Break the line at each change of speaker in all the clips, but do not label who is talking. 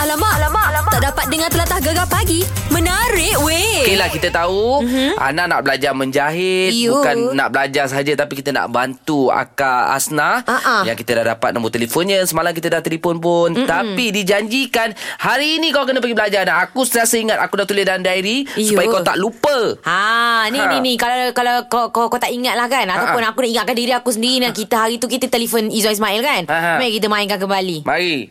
alamak, alamak, alamak. Tak dapat dengar telatah gegar pagi. Menarik weh.
Okey lah kita tahu
Mhm.
mm-hmm. Ana nak belajar menjahit
You.
Bukan nak belajar saja Tapi kita nak bantu Akak Asna
Ah-ah.
Yang kita dah dapat nombor telefonnya Semalam kita dah telefon pun Mm-mm. Tapi dijanjikan Hari ini kau kena pergi belajar Dan aku sentiasa ingat Aku dah tulis dalam diary
You.
Supaya kau tak lupa
Ha, ni
Ha.
ha. ni ni kalau kalau kau kau, kau tak ingat lah kan ataupun
Ha, ha.
aku nak ingatkan diri aku sendiri nak kita hari tu kita telefon Izwan Ismail kan.
Ha, ha.
Mari kita mainkan kembali.
Mari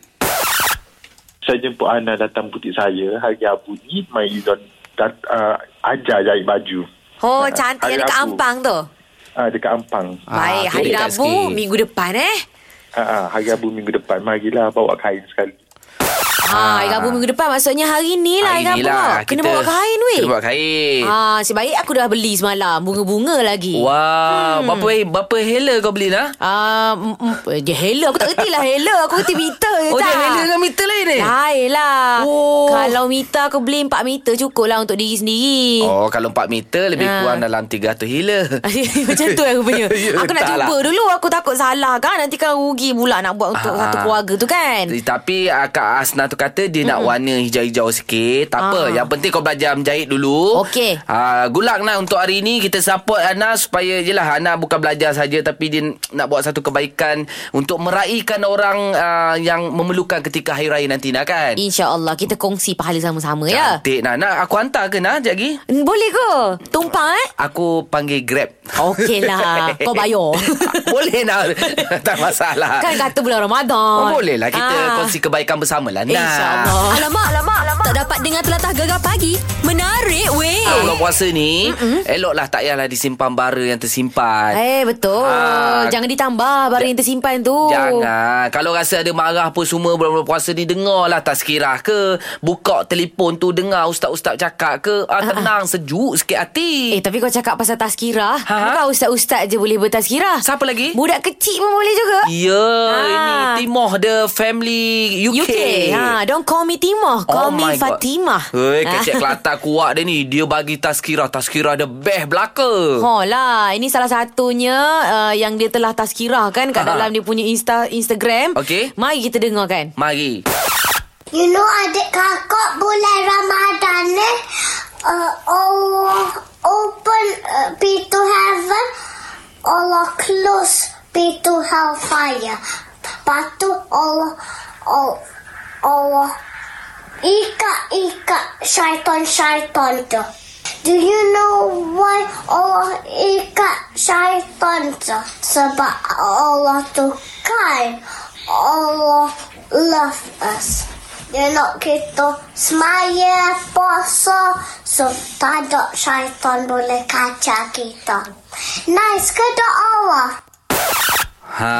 saya jemput Ana datang butik saya hari Abu ni Mai Izon dat, uh, ajar jahit baju
Oh,
Ha,
cantik yang
hari
dekat
Rabu.
Ampang tu.
uh, dekat Ampang
Ah,
Baik,
tu
hari
dekat
Rabu
sikit.
minggu depan eh.
uh, uh, hari Abu minggu depan marilah bawa kain sekali
Ha, hari Rabu minggu depan maksudnya hari ni lah hari,
Ah. Hari ni
Rabu.
lah
Kena
kita-
bawa kain weh.
Kena bawa kain
Ha, sebaik aku dah beli semalam bunga-bunga lagi.
Wow, hmm. berapa berapa hela kau beli lah?
Ah, mm, mm, dia hela aku tak kerti lah hela aku kerti meter je
Oh,
Eh, tak.
dia hela dengan meter lain ni?
Lain lah
Eh? Oh.
Kalau meter aku beli 4 meter cukup lah Untuk diri sendiri
Oh, kalau 4 meter lebih
Ah.
kurang dalam 300 hela.
Macam tu aku punya
Ya,
Aku nak
tak
cuba
lah.
dulu Aku takut salah kan Nanti kan rugi pula Nak buat untuk
Ah,
satu
ah.
keluarga tu kan
Eh, Tapi ah, Kak Asna tu kata Dia nak warna hijau-hijau sikit Tak apa
Ah.
Yang penting kau belajar menjahit dulu
Okey.
uh, Good luck lah untuk hari ni Kita support Ana Supaya je lah Ana bukan belajar saja Tapi dia nak buat satu kebaikan Untuk meraihkan orang uh, Yang memerlukan ketika Hari Raya nanti nak kan
InsyaAllah kita kongsi pahala sama-sama ya Hmm,
Cantik Nak, nak aku hantar ke nak sekejap lagi
Boleh ke? Tumpang eh?
Aku panggil Grab
Okey lah. Kau bayar.
Boleh nak Tak masalah
Kan kata bulan Ramadan
Ah. Oh, boleh lah
Ah.
kita
Eh,
kongsi kebaikan bersama lah Nah.
InsyaAllah alamak, alamak, alamak Tak dapat dengar telatah gegar pagi Menarik weh
Ah, bulan puasa ni Mm-mm. Eloklah tak payahlah disimpan bara yang tersimpan
Eh betul
Ah.
Jangan ditambah Barang yang tersimpan tu
Jangan Kalau rasa ada marah pun semua Bulan-bulan puasa ni Dengarlah tazkirah ke Buka telefon tu Dengar ustaz-ustaz cakap ke ah, Tenang sejuk sikit hati
Eh tapi kau cakap pasal tazkirah
Ha?
Bukan ustaz-ustaz je boleh bertazkirah
Siapa lagi?
Budak kecil pun boleh juga
Ya
Ah.
Ini Timoh The Family UK,
UK ha, Don't call me Timah Call me Fatimah
Oh Hei,
Ah.
kecek Kelantan kuat dia ni. Dia bagi tazkirah. Tazkirah dia best belaka.
Ha lah, ini salah satunya uh, yang dia telah tazkirah kan kat
Ha.
dalam dia punya Insta Instagram.
Okey.
Mari kita dengarkan.
Mari.
You know adik kakak bulan Ramadan ni uh, Allah open uh, pintu heaven Allah close pintu hellfire Lepas tu Allah Allah, Allah ikat-ikat syaitan-syaitan tu Do you know why Allah ikat syaitan tu? Sebab Allah tu kind Allah love us dia nak kita semaya, puasa So tak ada syaitan boleh kacau kita Nice ke tak Allah?
Ha,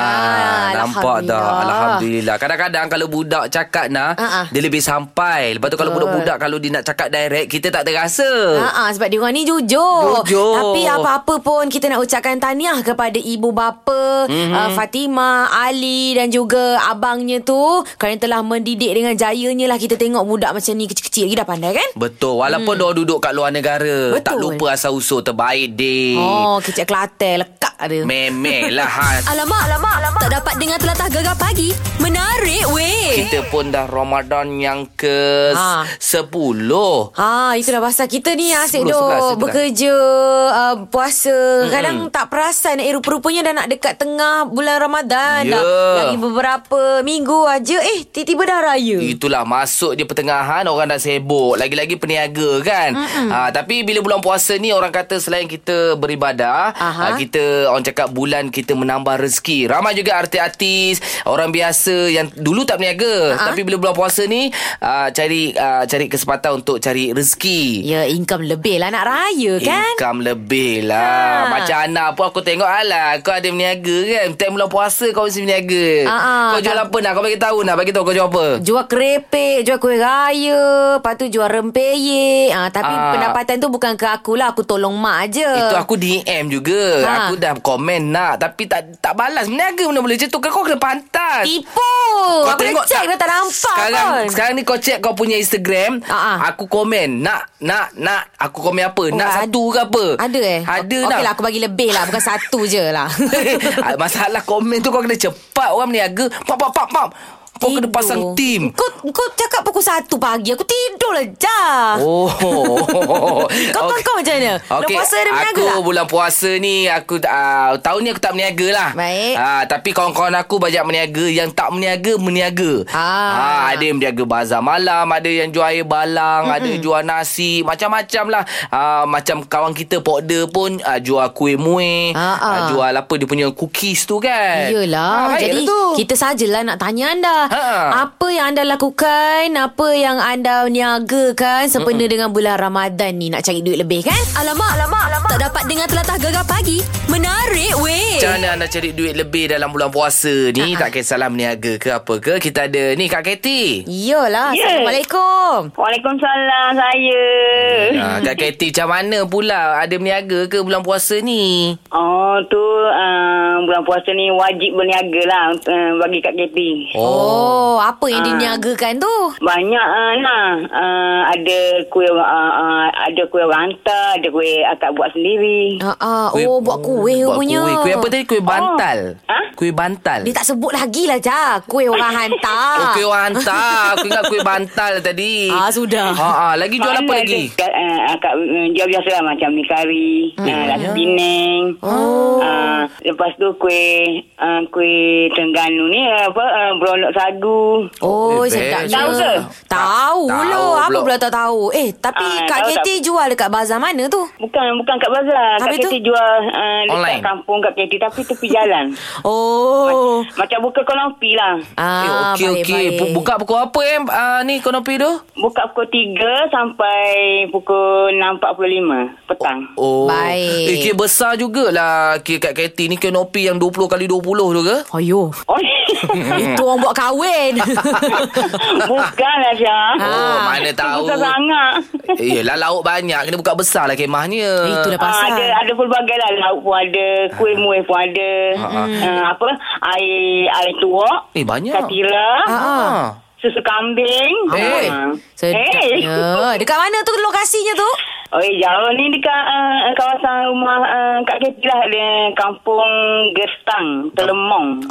Ah,
nampak tak?
Alhamdulillah.
Alhamdulillah. Kadang-kadang kalau budak cakap nah,
Ah, ah.
dia lebih sampai. Lepas tu kalau
Betul.
budak-budak kalau dia nak cakap direct, kita tak terasa.
Ha sebab dia orang ni jujur.
Jujur.
Tapi apa-apa pun kita nak ucapkan tahniah kepada ibu bapa
Mhm.
mm-hmm. uh, Fatimah, Ali dan juga abangnya tu kerana telah mendidik dengan jayanya lah kita tengok budak macam ni kecil-kecil lagi dah pandai kan?
Betul. Walaupun dia duduk kat luar negara,
Betul.
tak lupa asal usul terbaik deh.
Oh, kecil Kelantan lekak dia.
Memeh lah. Han.
Alamak, alamak, alamak, tak dapat dengar telatah gegar pagi. Menarik weh.
Kita pun dah Ramadan yang ke
Ha.
sepuluh.
Ha, itulah pasal kita ni asyik
Sepuluh, sebelas,
dok
sebelas.
bekerja, uh, puasa. Kadang tak perasan eh rupa-rupanya dah nak dekat tengah bulan Ramadan
Ya.
dah. Lagi beberapa minggu aja eh tiba-tiba dah raya.
Itulah masuk dia pertengahan orang dah sibuk lagi-lagi peniaga kan. Ha, tapi bila bulan puasa ni orang kata selain kita beribadah,
Aha.
ha, kita orang cakap bulan kita menambah rezeki. Ramai juga artis-artis, orang biasa yang dulu tak berniaga tapi bila bulan puasa ni ha, cari ha, cari kesempatan untuk cari rezeki.
Ya, income lebih lah nak raya kan?
Income lebih lah
Ha.
ha. Macam Ana pun aku tengok Alah kau ada berniaga kan Time bulan puasa kau mesti berniaga
Ha, ha.
Kau jual
Tak-
apa nak Kau bagi tahu nak Bagi tahu kau jual apa
Jual kerepek, jual kuih raya, lepas tu jual rempeyek. Ah, tapi
Ah.
pendapatan tu bukan ke aku lah, aku tolong mak aje.
Itu aku DM juga
Eh. Ha.
ha. Aku dah komen nak Tapi tak tak balas Meniaga mana boleh macam tu Kau kena pantas
Tipu. Aku dah check dah tak nampak
sekarang,
pun.
Sekarang ni kau check kau punya Instagram
Ha, ha.
Aku komen Nak Nak Nak Aku komen apa
Oh,
Nak
ad-
satu ke apa
Ada eh?
Ada
Okey
nak
lah,
Ah,
aku bagi lebih lah. Bukan satu je lah.
Masalah komen tu kau kena cepat Orang meniaga Pap pap pap pap Kau kena pasang tim.
Kau, kau cakap pukul 1 pagi Aku tidur lah Jah
Oh.
Kau okay. kau macam mana? Bulan
Okey,
puasa ada berniaga
Aku
tak?
bulan puasa ni aku uh, tahun ni aku tak berniaga lah.
Baik.
Ah, tapi kawan-kawan aku banyak berniaga yang tak berniaga berniaga.
Ah.
ada yang berniaga bazar malam, ada yang jual air balang, Mm-mm. ada jual nasi, macam-macam lah. Ah, macam kawan kita Pokda pun ah, jual kuih muih,
Ah, ah.
ah, jual apa dia punya cookies tu kan. Ah,
Yelah
baik
Jadi
lah tu.
kita sajalah nak tanya anda
Ha.
Apa yang anda lakukan Apa yang anda niagakan Sempena dengan bulan Ramadan ni Nak cari duit lebih kan alamak, alamak, alamak Tak dapat dengar telatah gegar pagi Menarik weh
Macam mana anda cari duit lebih dalam bulan puasa
Ah,
ni uh-huh. Tak kisahlah berniaga ke apa ke Kita ada ni Kak Katie
Yelah
Ya.
Assalamualaikum
Waalaikumsalam saya.
Ah, Kak Katie macam mana pula Ada berniaga ke bulan puasa ni
Oh tu uh, bulan puasa ni wajib berniaga lah uh, bagi Kak Keti.
Oh, apa yang
Ah.
diniagakan tu?
Banyak uh, lah uh, ada kuih uh, uh, ada kuih orang hantar, ada kuih akak buat sendiri.
Ha ah, oh buat kuih
buat
punya.
kuih. kuih apa tadi? Kuih bantal
Oh. Ha?
Kuih bantal
Dia tak sebut lagi lah Jah Kuih orang hantar
Oh, kuih orang hantar Aku ingat kuih bantal tadi
Ah, sudah.
ha, ah. Lagi jual apa
Mana
lagi?
Ada, uh, akak uh, jual biasa lah macam mi kari, hmm. uh,
Ya.
nasi Penang.
Oh.
Uh, lepas tu kuih uh, kuih Terengganu ni uh, apa uh, beronok sagu.
Oh,
Eh,
sedapnya.
best. Tahu ke?
Tahu
Tahu
lah. Apa
pula.
pula tak tahu? Eh, tapi
Ah,
Kak
tahu tak?
Keti jual dekat bazar mana tu?
Bukan bukan kat bazar.
Habis
Kak
tu?
Keti jual uh, dekat
Online.
kampung Kak Keti tapi tepi jalan.
Oh.
Macam buka konopi lah.
Eh,
Ah,
okey,
baik,
okey.
baik.
Bu- Buka pukul apa eh ah, ni konopi tu?
Buka pukul 3 sampai pukul 6.45 petang.
Oh.
Baik.
Eh, kira besar jugalah kira kat Katie ni kanopi yang 20 kali 20 tu ke?
Ayo.
Oh,
Itu
Hmm.
orang buat kahwin.
bukanlah Syah.
Ah.
Oh, mana tahu.
Bukan sangat.
Eh, Yelah lauk banyak Kena buka besar lah kemahnya
Itu dah
Ah,
pasal.
ada ada pelbagai lah lauk pun ada, kuih muih pun ada. Ah, apa? Air air tuak,
Eh
Ya.
banyak
katira,
ah.
susu kambing.
Eh.
Ah. Eh.
Sedapnya. Ya. Dekat mana tu lokasinya tu?
Oh, eh, jauh ni dekat uh, kawasan rumah uh, Kak Keti lah. Dia kampung Gestang, Telemong.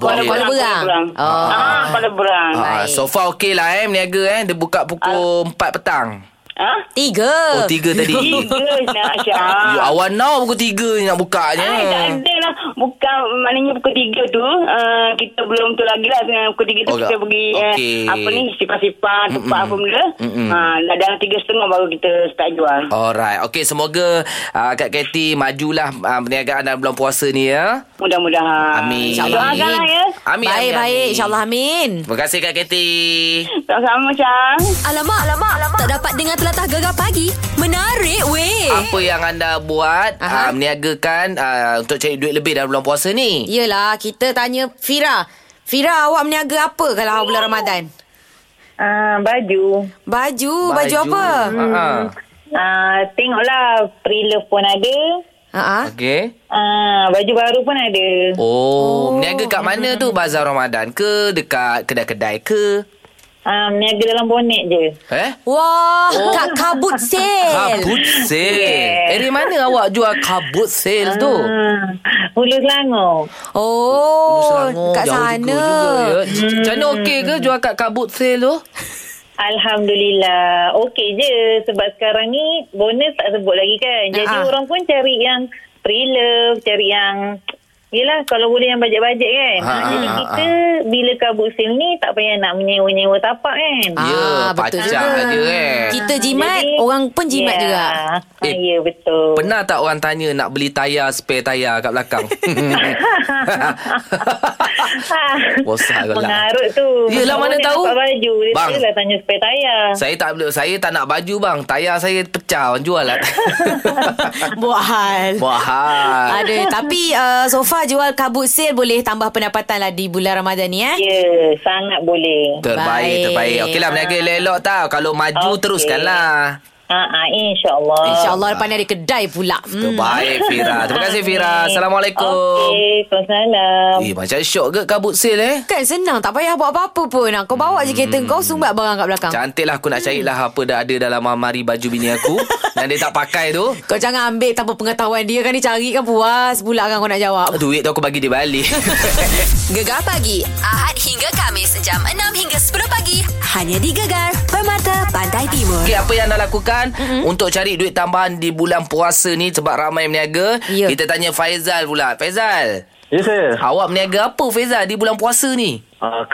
Oh, Kuala
boleh.
Kuala Berang.
Oh.
Oh.
Ah, Kuala Berang.
Ah,
Baik.
so far okey lah eh Meniaga eh Dia
Ah.
buka pukul 4 petang
Ha?
Tiga.
Oh tiga tadi
Tiga nak
You
Syah.
awan now pukul 3 ni nak bukanya
Ay, tak ada lah. Bukan, maknanya pukul tiga tu, uh, kita belum tu lagi lah. Dengan Pukul tiga tu
Oh,
kita
tak.
pergi,
Okey.
uh, apa ni, sipar-sipar, tempat apa benda.
Mm-mm. Ah.
Uh, dah dalam tiga setengah baru kita start jual.
Alright Okay semoga uh, Kak Katie Majulah uh, Perniagaan dalam bulan puasa ni ya
Mudah-mudahan.
Amin.
InsyaAllah.
Doakanlah ya.
Amin,
Baik,
amin,
baik.
amin.
InsyaAllah amin.
Terima kasih Kak Katie
Sama-sama, Syah.
Alamak, alamak, alamak. Tak dapat dengar telatah gegar pagi. Menarik weh.
Apa yang anda buat
Eh. Aha.
uh, Meniagakan uh, Untuk cari duit lebih dalam bulan puasa ni
Yelah, kita tanya Fira. Fira, awak meniaga apa kalau bulan Ramadan?
Ah, baju.
Baju, Ya, baju, apa? Hmm.
uh
Ah, tengoklah pre-love pun ada.
Ha ah.
Okay
Ah, baju baru pun ada.
Oh, oh, meniaga kat mana tu? Bazar Ramadan ke? Dekat kedai-kedai ke?
Ah, meniaga dalam bonet je.
Eh?
Wah, oh. kat kabut sale.
Kabut sale. Yeah. Eh, di mana awak jual kabut sale tu?
Ah, Hulu Selangor.
Oh,
Selangor,
kat
jauh
sana.
Juga, juga, ya. C- Macam mana okey ke jual kat kabut sale tu?
Alhamdulillah. Okey je. Sebab sekarang ni bonus tak sebut lagi kan. Jadi
Ah.
orang pun cari yang pre-love, cari yang... Yelah kalau boleh yang bajet-bajet kan.
Ah,
Ah, Jadi
ah,
kita bila kabut sil ni tak payah nak menyewa-nyewa tapak kan.
Ah, Ya, pacak je, eh.
Kita jimat, orang pun jimat
yeah.
juga.
Ah,
Eh,
ya, betul.
Pernah tak orang tanya nak beli tayar, spare tayar kat belakang? Bosan kau lah.
Ha. Mengarut tu.
Yelah, mana
Dia
tahu.
dapat baju. Dia
Bang.
Bang. lah tanya spare tayar.
Saya tak boleh, saya tak nak baju bang. Tayar saya pecah, orang jual lah.
Buat hal.
Wahai.
Ada tapi uh, so far jual kabut sale boleh tambah pendapatan lah di bulan Ramadan ni eh.
Ya, sangat boleh.
Terbaik,
Baik.
terbaik. Okeylah, meniaga elok-elok tau. Kalau maju,
Okey.
teruskanlah.
Ha ah, insya-Allah.
InsyaAllah depan ni ada kedai pula hmm.
Terbaik Fira Terima kasih Fira Assalamualaikum
Okey, Waalaikumsalam.
Eh macam syok ke kabut sale eh
Kan senang Tak payah buat apa-apa pun Ah, Kau bawa je kereta kau Sumbat barang kat belakang
Cantik lah aku nak
Hmm.
carilah Apa dah ada dalam amari baju bini aku Yang dia tak pakai tu
Kau jangan ambil tanpa pengetahuan dia kan Dia cari kan puas Pula kan kau nak jawab
Duit tu aku bagi dia balik
Gegar pagi Ahad hingga Kamis Jam 6 hingga 10 pagi Hanya di Gegar Permata Pantai Timur
Okey, apa yang anda lakukan
Hmm.
mm-hmm. untuk cari duit tambahan di bulan puasa ni sebab ramai meniaga?
Ya.
Kita tanya Faizal pula. Faizal,
Ya saya.
awak meniaga apa Faizal di bulan puasa ni?
Uh,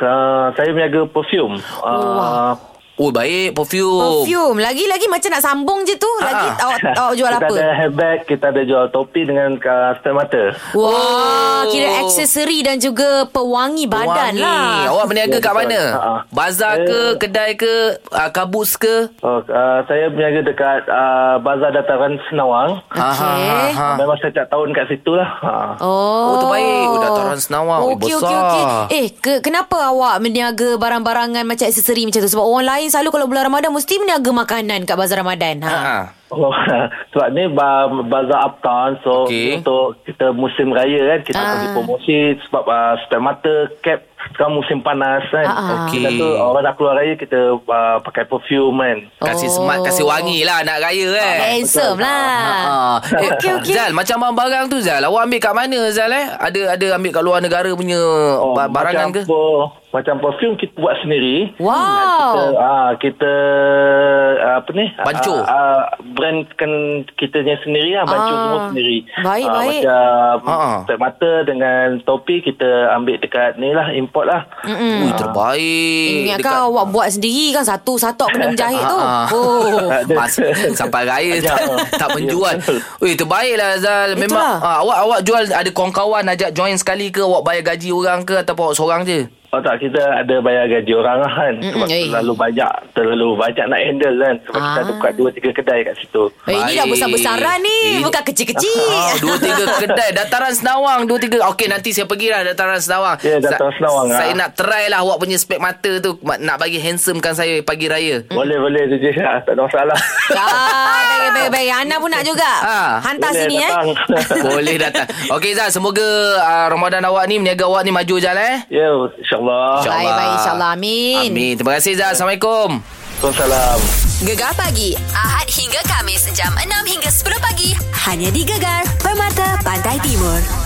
saya meniaga perfume. Uh,
Oh, baik perfume.
Perfume Lagi-lagi macam nak sambung je tu Lagi
Oh. Ah.
awak, awak Oh, jual
kita
apa
ada handbag, kita ada jual topi dengan uh, stem mata.
Wah
Oh.
Kira aksesori dan juga Pewangi badan
Wangi.
lah
Awak meniaga kat
Ya, betul.
mana?
Ha, ha.
Bazar ke, kedai ke, uh, kabus ke?
Oh, uh, saya berniaga dekat uh, Bazar Dataran Senawang.
Ha, ha,
Okey.
ha, ha.
Memang setiap tahun kat situ lah. Ha.
Oh,
Oh, terbaik. Oh, dataran Senawang. Eh,
Okey,
besar.
okey, okey. Eh, ke, kenapa awak meniaga barang-barangan macam aksesori macam tu? Sebab orang lain selalu kalau bulan Ramadan mesti meniaga makanan kat bazar Ramadan.
Ha.
Ha.
ha.
Oh, sebab ni ba- bazar uptown
Okey. Ah.
so okay. untuk kita musim raya kan kita akan promosi sebab uh, stem mata cap sekarang musim panas kan.
Ah,
ah.
Kita
Okey.
tu orang nak keluar raya kita uh, pakai perfume kan.
Kasih smart, kasih wangi lah nak raya eh.
Handsome lah.
Ha. Eh,
Okey, okey.
Zal, macam barang-barang tu Zal, awak ambil kat mana Zal eh? Ada ada ambil kat luar negara punya oh, barangan
macam
ke?
Per, macam perfume kita buat sendiri. Kita,
Wow.
ah, kita ah, apa ni?
Bancuh.
Ah, ah, brandkan kitanya sendiri lah. Bancuh
Ah.
semua sendiri.
Baik,
Ah,
baik.
Macam
Ah.
set mata dengan topi kita ambil dekat ni lah. Import lah.
Mm. Ui, terbaik.
Ingat kan Hmm. awak buat sendiri kan satu satu kena menjahit tu.
Ah, ah.
Oh.
Mas, sampai raya tak, tak menjual. Ui, terbaiklah Zal. Memang
Itulah.
ah, awak awak jual ada kawan-kawan ajak join sekali ke awak bayar gaji orang ke ataupun awak seorang je?
Oh tak, kita ada bayar gaji orang lah kan. Sebab
eh.
terlalu banyak, terlalu banyak nak handle kan. Sebab kita
Ah.
ada buka dua tiga kedai kat situ.
Eh, ini dah
Baik.
besar-besaran
Eh.
ni. Bukan
Oh,
kecil-kecil.
dua tiga kedai Dataran Senawang Dua tiga Okey nanti saya pergi lah Dataran Senawang
Ya, Dataran
Sa-
Senawang,
Saya
ah.
nak try lah Awak punya spek mata tu Ma- Nak bagi handsome kan saya Pagi raya
Boleh, boleh tu je. Ah, Tak ada masalah.
Ah, baik, baik, baik. Ana pun nak juga.
Ah.
Hantar
Boleh
sini eh.
datang.
Boleh datang Okey Zal Semoga uh, Ramadan awak ni Meniaga awak ni maju je lah eh
Ya, insyaAllah.
Insya-
Baik, baik. InsyaAllah. Amin.
Amin Terima kasih Zal Assalamualaikum
Assalamualaikum.
Gegar pagi Ahad hingga Kamis Jam 6 hingga 10 pagi Hanya di Gegar Permata Pantai Timur